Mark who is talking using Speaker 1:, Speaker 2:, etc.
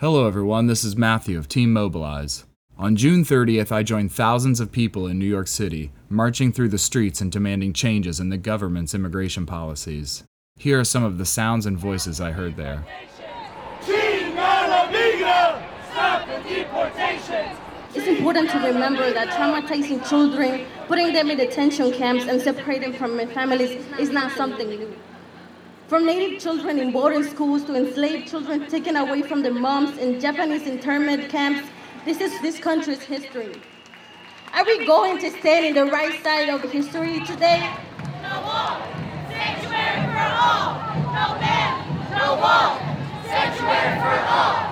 Speaker 1: Hello, everyone. This is Matthew of Team Mobilize. On June 30th, I joined thousands of people in New York City, marching through the streets and demanding changes in the government's immigration policies. Here are some of the sounds and voices I heard there.
Speaker 2: Chingada migra! Stop the deportations!
Speaker 3: It's important to remember that traumatizing children, putting them in detention camps, and separating from their families is not something new. From native children in boarding schools to enslaved children taken away from their moms in Japanese internment camps, this is this country's history. Are we going to stand in the right side of history today?
Speaker 4: No wall, sanctuary for all. No man, no wall, sanctuary for all.